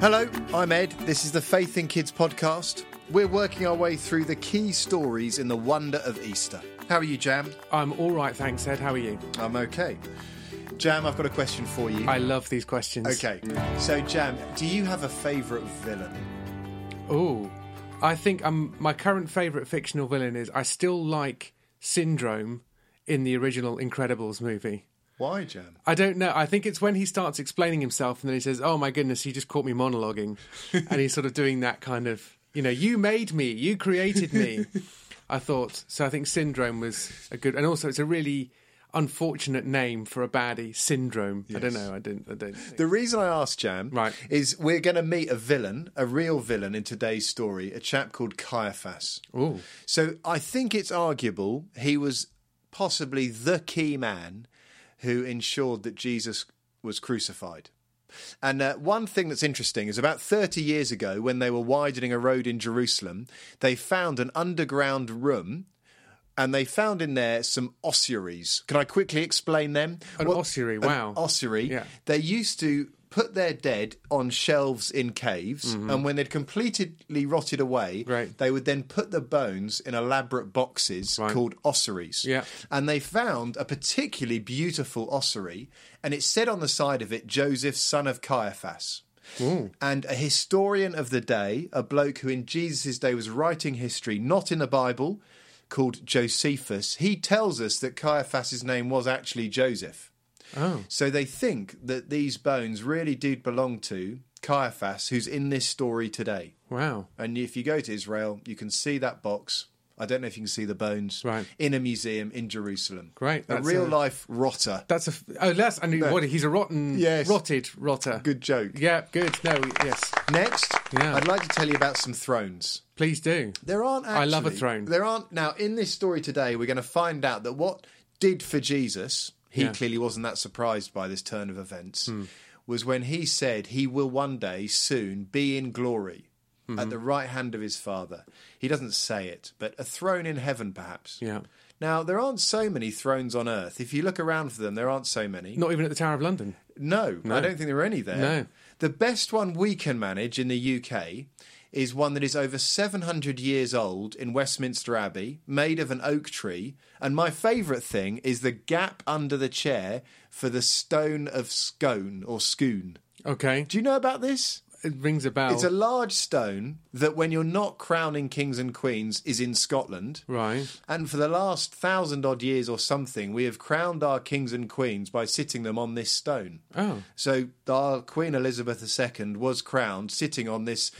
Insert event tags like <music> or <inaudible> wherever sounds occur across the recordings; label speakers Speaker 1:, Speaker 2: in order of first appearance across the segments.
Speaker 1: Hello, I'm Ed. This is the Faith in Kids podcast. We're working our way through the key stories in the wonder of Easter. How are you, Jam?
Speaker 2: I'm all right, thanks, Ed. How are you?
Speaker 1: I'm okay. Jam, I've got a question for you.
Speaker 2: I love these questions.
Speaker 1: Okay, so Jam, do you have a favourite villain?
Speaker 2: Oh, I think um, my current favourite fictional villain is I still like Syndrome in the original Incredibles movie.
Speaker 1: Why, Jam?
Speaker 2: I don't know. I think it's when he starts explaining himself and then he says, "Oh my goodness, he just caught
Speaker 1: <laughs>
Speaker 2: me monologuing," and he's sort of doing that kind of, you know, "You made me, you
Speaker 1: <laughs>
Speaker 2: created me." I thought so. I think Syndrome was a good, and also it's a really unfortunate name for a baddie. Syndrome. I don't know. I didn't. I don't. Think.
Speaker 1: The reason I asked Jam
Speaker 2: Right.
Speaker 1: is we're going to meet a villain, a real villain in today's story, a chap called Caiaphas.
Speaker 2: Ooh.
Speaker 1: So I think it's arguable he was possibly the key man who ensured that Jesus was crucified. And uh, one thing that's interesting is about 30 years ago, when they were widening a road in Jerusalem, they found an underground room and they found in there some ossuaries. Can I quickly explain them?
Speaker 2: An ossuary, wow.
Speaker 1: An ossuary.
Speaker 2: Yeah.
Speaker 1: They used to put their dead on shelves in caves, and when they'd completely rotted away,
Speaker 2: Mm-hmm. Right.
Speaker 1: they would then put the bones in elaborate boxes called ossuaries.
Speaker 2: Yeah.
Speaker 1: And they found a particularly beautiful ossuary, and it said on the side of it, Joseph, son of Caiaphas. And a historian of the day, a bloke who in Jesus' day was writing history, not in the Bible, called Josephus, he tells us that Caiaphas' name was actually Joseph.
Speaker 2: Oh.
Speaker 1: So they think that these bones really do belong to Caiaphas, who's in this story today.
Speaker 2: Wow.
Speaker 1: And if you go to Israel, you can see that box. I don't know if you can see the bones
Speaker 2: Right.
Speaker 1: in a museum in Jerusalem.
Speaker 2: Great,
Speaker 1: a
Speaker 2: that's
Speaker 1: real
Speaker 2: a-
Speaker 1: life rotter.
Speaker 2: That's a f- oh, that's I knew what he's a rotten,
Speaker 1: Yes.
Speaker 2: rotted rotter.
Speaker 1: Good joke.
Speaker 2: Yeah, good. No, yes,
Speaker 1: Next,
Speaker 2: Yeah.
Speaker 1: I'd like to tell you about some thrones.
Speaker 2: please do.
Speaker 1: There aren't. Actually,
Speaker 2: I love a throne.
Speaker 1: There aren't now in this story today. We're going to find out that what did for Jesus, he
Speaker 2: Yeah. Hmm.
Speaker 1: clearly wasn't that surprised by this turn of events, was when he said he will one day soon be in glory
Speaker 2: Hmm.
Speaker 1: at the right hand of his Father. He doesn't say it, but a throne in heaven, perhaps.
Speaker 2: Yeah,
Speaker 1: Now there aren't so many thrones on earth. If you look around for them, there aren't so many.
Speaker 2: not even at the Tower of London.
Speaker 1: No, I don't think there are any there.
Speaker 2: No.
Speaker 1: The best one we can manage in the UK is one that is over 700 years old in Westminster Abbey, made of an oak tree. And my favourite thing is the gap under the chair for the stone of scone or scoon.
Speaker 2: Okay,
Speaker 1: Do you know about this?
Speaker 2: it rings a bell.
Speaker 1: It's a large stone that, when you're not crowning kings and queens, is in Scotland.
Speaker 2: right.
Speaker 1: And for the last thousand odd years or something, we have crowned our kings and queens by sitting them on this stone.
Speaker 2: Oh,
Speaker 1: So our Queen Elizabeth II was crowned sitting on this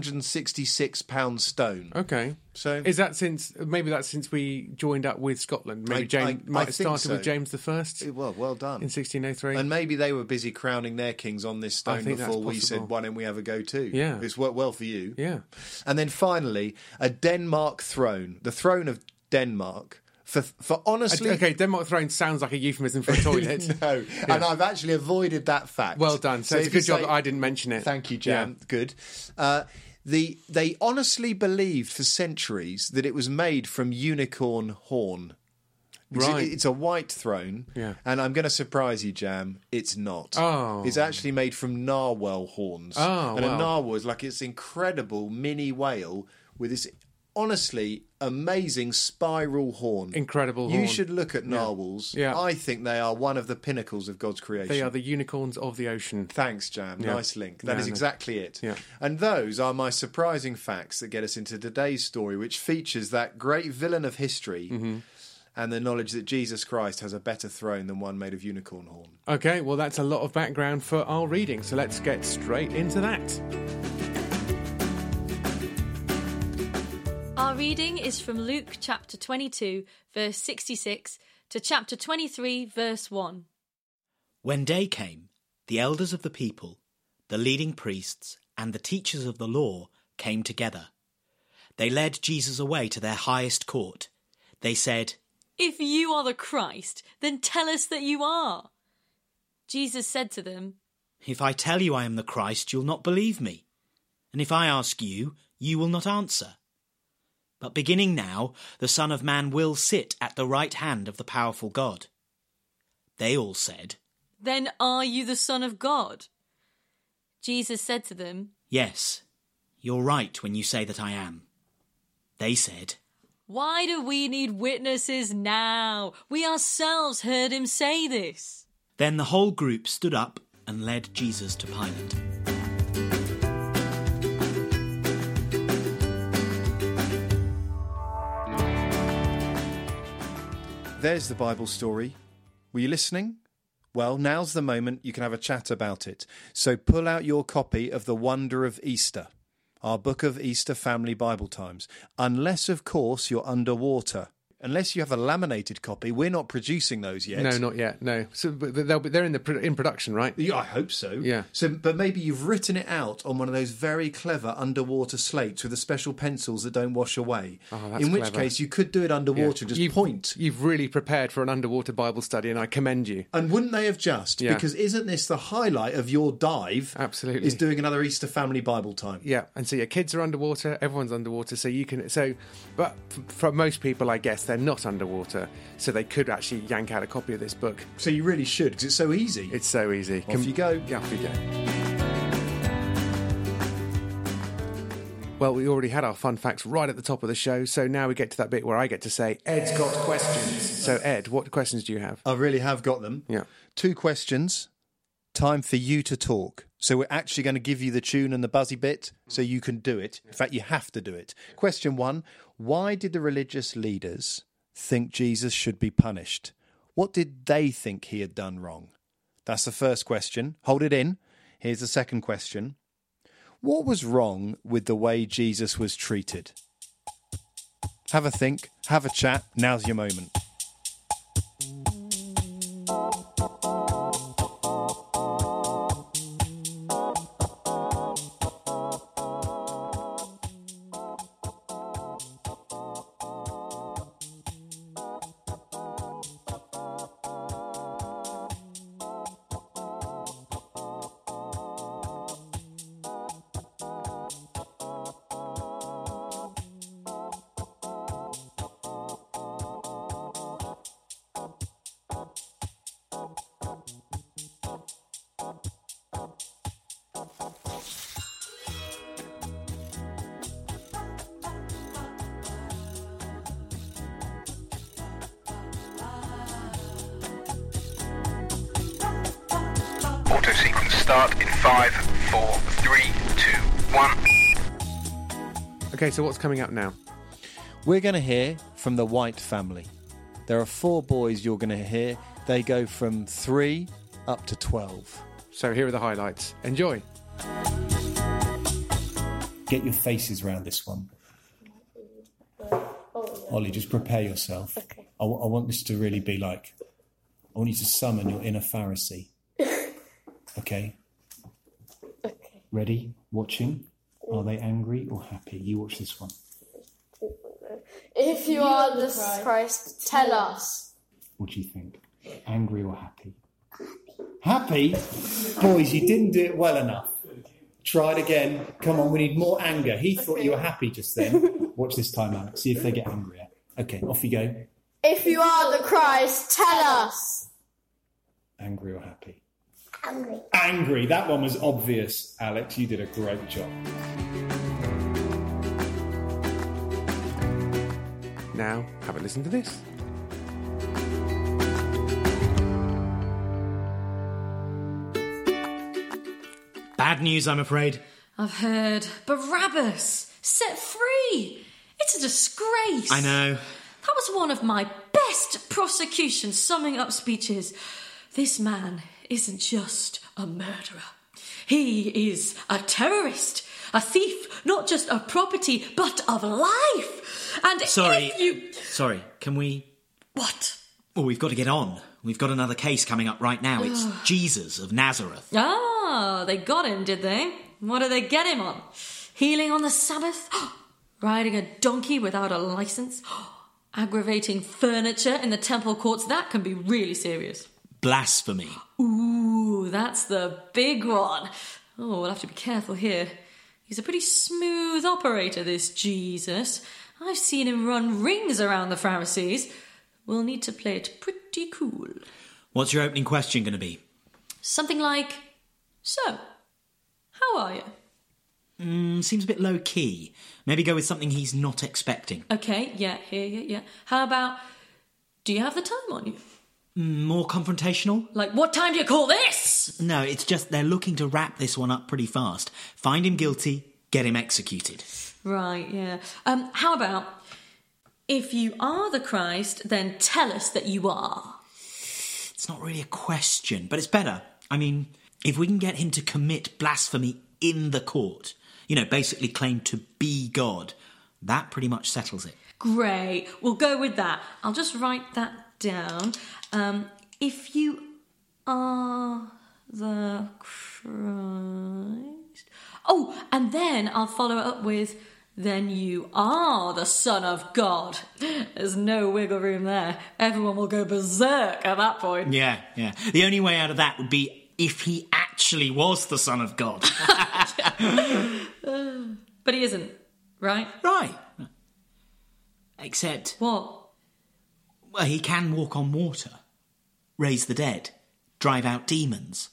Speaker 1: 366 pound stone.
Speaker 2: okay.
Speaker 1: So
Speaker 2: Oh, Is that since maybe that's since we joined up with Scotland? Maybe
Speaker 1: I-
Speaker 2: James
Speaker 1: I-
Speaker 2: might
Speaker 1: I
Speaker 2: have
Speaker 1: think
Speaker 2: started with
Speaker 1: so.
Speaker 2: James the First in
Speaker 1: well, well done.
Speaker 2: 1603.
Speaker 1: And maybe they were busy crowning their kings on this
Speaker 2: I
Speaker 1: stone
Speaker 2: think that's
Speaker 1: before we said,
Speaker 2: possible.
Speaker 1: "Why don't we have a go too?"
Speaker 2: Yeah.
Speaker 1: it's worked well for you.
Speaker 2: yeah,
Speaker 1: And then finally, a Denmark throne, the throne of Denmark. For for honestly,
Speaker 2: okay. Denmark throne sounds like a euphemism for a toilet.
Speaker 1: <laughs> no. And I've actually avoided that fact.
Speaker 2: Well done. So, it's a
Speaker 1: if you
Speaker 2: good job
Speaker 1: say-
Speaker 2: that I didn't mention it.
Speaker 1: Thank you, Jam. Good. Uh, the they honestly believed for centuries that it was made from unicorn horn. Because it-
Speaker 2: Right.
Speaker 1: it's a white throne,
Speaker 2: Yeah.
Speaker 1: and I'm going to surprise you, Jam. It's not.
Speaker 2: Oh.
Speaker 1: It's actually made from narwhal horns.
Speaker 2: Oh,
Speaker 1: and a
Speaker 2: wow.
Speaker 1: narwhal is like this incredible mini whale with this honestly amazing spiral horn.
Speaker 2: Incredible
Speaker 1: You
Speaker 2: horn.
Speaker 1: should look at narwhals.
Speaker 2: Yeah.
Speaker 1: I think they are one of the pinnacles of God's creation.
Speaker 2: They are the unicorns of the ocean.
Speaker 1: Thanks, Jam. Nice link. That is
Speaker 2: No, no.
Speaker 1: exactly it.
Speaker 2: Yeah.
Speaker 1: And those are my surprising facts that get us into today's story, which features that great villain of history
Speaker 2: Mm-hmm.
Speaker 1: and the knowledge that Jesus Christ has a better throne than one made of unicorn horn.
Speaker 2: Okay, well, that's a lot of background for our reading, so let's get straight into that.
Speaker 3: Our reading is from Luke chapter 22, verse 66 to chapter 23, verse 1.
Speaker 4: When day came, the elders of the people, the leading priests, and the teachers of the law came together. They led Jesus away to their highest court. They said,
Speaker 3: If you are the Christ, then tell us that you are. Jesus said to them,
Speaker 4: If I tell you I am the Christ, you'll not believe me. And if I ask you, you will not answer. But beginning now, the Son of Man will sit at the right hand of the powerful God. They all said,
Speaker 3: Then are you the Son of God? Jesus said to them,
Speaker 4: Yes, you're right when you say that I am. They said,
Speaker 3: Why do we need witnesses now? We ourselves heard him say this.
Speaker 4: Then the whole group stood up and led Jesus to Pilate.
Speaker 1: There's the Bible story. Were you listening? Well, now's the moment you can have a chat about it. So pull out your copy of The Wonder of Easter, our book of Easter family Bible times. Unless, of course, you're underwater. Unless you have a laminated copy, we're not producing those yet.
Speaker 2: No, not yet. No. So but they'll be, they're in the pro- in production, right?
Speaker 1: Yeah, I hope so.
Speaker 2: Yeah.
Speaker 1: So, but maybe you've written it out on one of those very clever underwater slates with the special pencils that don't wash away.
Speaker 2: Oh, that's
Speaker 1: In which
Speaker 2: clever.
Speaker 1: case, you could do it underwater and just
Speaker 2: You've-
Speaker 1: point.
Speaker 2: You've really prepared for an underwater Bible study, and I commend you.
Speaker 1: And wouldn't they have just?
Speaker 2: Yeah.
Speaker 1: Because isn't this the highlight of your dive?
Speaker 2: Absolutely.
Speaker 1: Is doing another Easter family Bible time.
Speaker 2: Yeah, and so your kids are underwater, everyone's underwater, so you can. So, but f- for most people, I guess they're not underwater, so they could actually yank out a copy of this book.
Speaker 1: So you really should, because it's so easy.
Speaker 2: It's so easy. Off
Speaker 1: you go.
Speaker 2: Yeah, off you go. Well, we already had our fun facts right at the top of the show, so now we get to that bit where I get to say, Ed's got questions. So, Ed, what questions do you have?
Speaker 1: I really have got them.
Speaker 2: Yeah.
Speaker 1: Two questions. Time for you to talk. So we're actually going to give you the tune and the buzzy bit so you can do it. In fact, you have to do it. Question one Why did the religious leaders think Jesus should be punished? What did they think he had done wrong? That's the first question. Hold it in. Here's the second question. What was wrong with the way Jesus was treated? Have a think, have a chat. Now's your moment.
Speaker 5: Auto sequence start in five, four, three, two, one.
Speaker 2: Okay, so what's coming up now?
Speaker 1: We're going to hear from the White family. There are four boys you're going to hear. They go from three up to 12.
Speaker 2: So, here are the highlights. Enjoy.
Speaker 6: Get your faces round this one. Ollie, just prepare yourself. Okay. I wa- I want this to really be like, I want you to summon your inner Pharisee. okay?
Speaker 7: Okay.
Speaker 6: Ready? Watching? Are they angry or happy? You watch this one.
Speaker 7: If you, are the Christ, tell us.
Speaker 6: What do you think? Angry or happy? Happy? Boys, you didn't do it well enough. Try it again. Come on, we need more anger. He thought you were happy just then. Watch this time out. See if they get angrier. Okay, off you go.
Speaker 7: If you are the Christ, tell us.
Speaker 6: Angry or happy? Angry. Angry. That one was obvious, Alex. You did a great job.
Speaker 2: Now, have a listen to this.
Speaker 4: Bad news, I'm afraid.
Speaker 3: I've heard Barabbas set free. It's a disgrace.
Speaker 4: I know.
Speaker 3: That was one of my best prosecution summing up speeches. This man isn't just a murderer. He is a terrorist, a thief, not just of property, but of life. And
Speaker 4: Sorry.
Speaker 3: if you.
Speaker 4: Sorry, can we?
Speaker 3: What?
Speaker 4: Oh, we've got to get on. We've got another case coming up right now. It's Jesus of Nazareth.
Speaker 3: Ah, they got him, did they? What did they get him on? Healing on the Sabbath? <gasps> Riding a donkey without a license? <gasps> Aggravating furniture in the temple courts? That can be really serious.
Speaker 4: Blasphemy.
Speaker 3: Ooh, that's the big one. Oh, we'll have to be careful here. He's a pretty smooth operator, this Jesus. I've seen him run rings around the Pharisees. We'll need to play it pretty cool.
Speaker 4: What's your opening question going to be?
Speaker 3: Something like, So, How are you?
Speaker 4: Mm, seems a bit low key. Maybe go with something he's not expecting.
Speaker 3: Okay, yeah, here, yeah, yeah. How about, do you have the time on you?
Speaker 4: Mm, More confrontational?
Speaker 3: Like, what time do you call this?
Speaker 4: No, it's just they're looking to wrap this one up pretty fast. Find him guilty, get him executed.
Speaker 3: Right, yeah. Um, how about, if you are the Christ, then tell us that you are.
Speaker 4: It's not really a question, but it's better. I mean, if we can get him to commit blasphemy in the court, you know, basically claim to be God, that pretty much settles it.
Speaker 3: Great, we'll go with that. I'll just write that down. Um, if you are the Christ. Oh, and then I'll follow it up with, then you are the Son of God. There's no wiggle room there. Everyone will go berserk at that point.
Speaker 4: Yeah, yeah. The only way out of that would be if he actually was the Son of God.
Speaker 3: But he isn't, right?
Speaker 4: <laughs> right. Except,
Speaker 3: What?
Speaker 4: well, he can walk on water, raise the dead, drive out demons,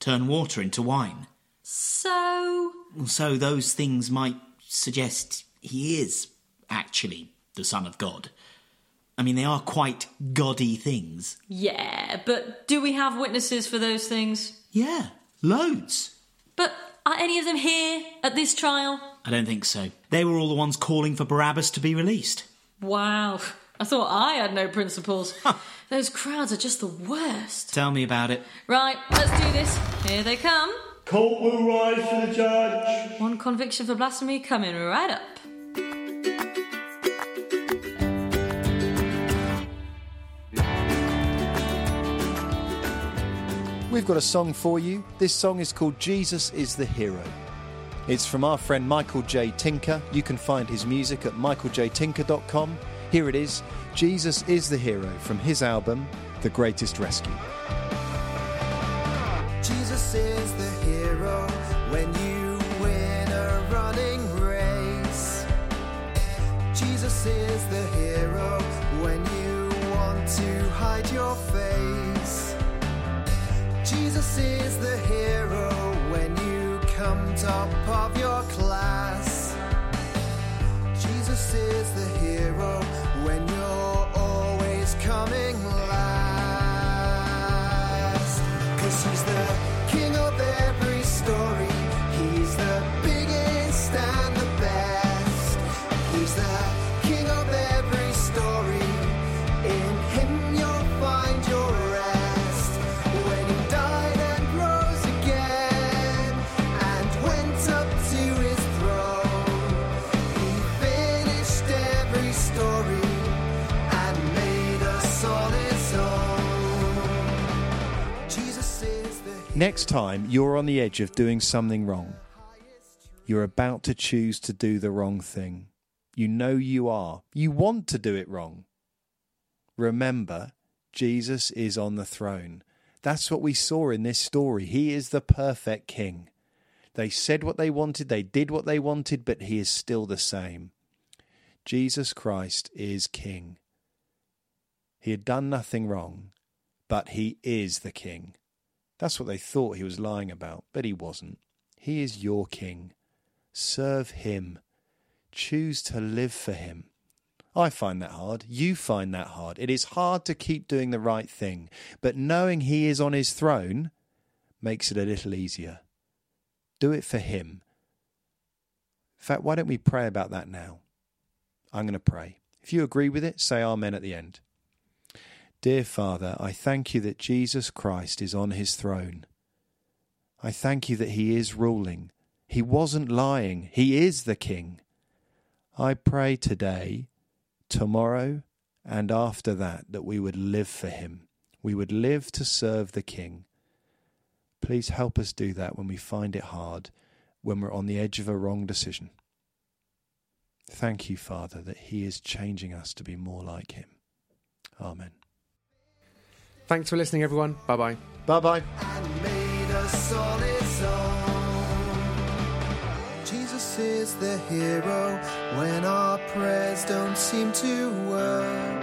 Speaker 4: turn water into wine.
Speaker 3: So.
Speaker 4: So those things might suggest he is actually the Son of God. I mean, they are quite goddy things.
Speaker 3: Yeah, but do we have witnesses for those things?
Speaker 4: Yeah, loads.
Speaker 3: But are any of them here at this trial?
Speaker 4: I don't think so. They were all the ones calling for Barabbas to be released.
Speaker 3: Wow, I thought I had no principles. those crowds are just the worst.
Speaker 4: Tell me about it.
Speaker 3: Right, let's do this. Here they come.
Speaker 8: Court will rise for the judge.
Speaker 3: One conviction for blasphemy coming right up.
Speaker 1: We've got a song for you. This song is called Jesus is the Hero. It's from our friend Michael J. Tinker. You can find his music at michaeljtinker.com. Here it is Jesus is the Hero from his album, The Greatest Rescue.
Speaker 9: Jesus is the hero when you win a running race. Jesus is the hero when you want to hide your face. Jesus is the hero when you come top of your class. Jesus is the hero when you're always coming last. Cause he's the king of every story. He's the biggest and the best. He's the king of every story. In him you'll find your rest. When he died and rose again and went up to his throne. He finished every story and made us all his own. Jesus is the
Speaker 1: Next time you're on the edge of doing something wrong, you're about to choose to do the wrong thing. You know you are. You want to do it wrong. Remember, Jesus is on the throne. That's what we saw in this story. He is the perfect king. They said what they wanted, they did what they wanted, but he is still the same. Jesus Christ is king. He had done nothing wrong, but he is the king. That's what they thought he was lying about, but he wasn't. He is your king. Serve him. Choose to live for him. I find that hard. You find that hard. It is hard to keep doing the right thing, but knowing he is on his throne makes it a little easier. Do it for him. In fact, why don't we pray about that now? I'm going to pray. If you agree with it, say amen at the end. Dear Father, I thank you that Jesus Christ is on his throne. I thank you that he is ruling. He wasn't lying. He is the King. I pray today, tomorrow, and after that that we would live for him. We would live to serve the King. Please help us do that when we find it hard, when we're on the edge of a wrong decision. Thank you, Father, that he is changing us to be more like him. Amen.
Speaker 2: Thanks for listening, everyone. Bye bye.
Speaker 1: Bye bye.
Speaker 9: and made us all his own. Jesus is the hero when our prayers don't seem to work.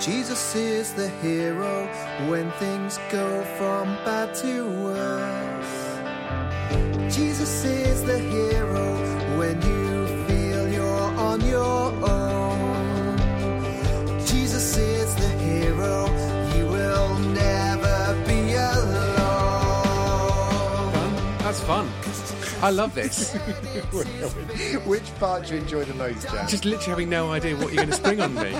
Speaker 9: Jesus is the hero when things go from bad to worse. Jesus is the hero when you feel you're on your own. Jesus is the hero. You will never be alone.
Speaker 2: Fun. That's fun. I love this.
Speaker 1: <laughs> Which part do you enjoy the most, Jack?
Speaker 2: <laughs> Just literally having no idea what you're going to spring on <laughs> me.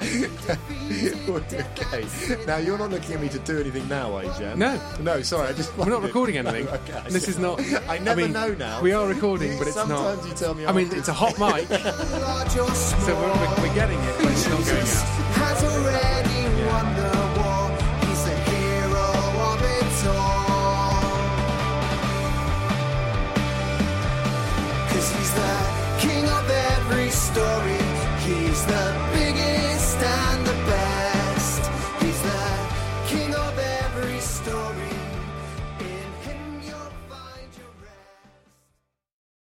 Speaker 1: <laughs> okay. Now you're not looking at me to do anything now, are you, Jan?
Speaker 2: No.
Speaker 1: No, sorry. I just
Speaker 2: We're
Speaker 1: <laughs>
Speaker 2: not recording anything.
Speaker 1: okay, I
Speaker 2: this
Speaker 1: see.
Speaker 2: is not.
Speaker 1: <laughs> I never
Speaker 2: mean,
Speaker 1: know now.
Speaker 2: We are recording, but it's
Speaker 1: Sometimes
Speaker 2: not.
Speaker 1: you tell me
Speaker 2: I mean,
Speaker 1: after.
Speaker 2: it's a hot mic, so
Speaker 9: Large or small.
Speaker 2: we're, we're, we're getting it, but it's not going out.
Speaker 9: How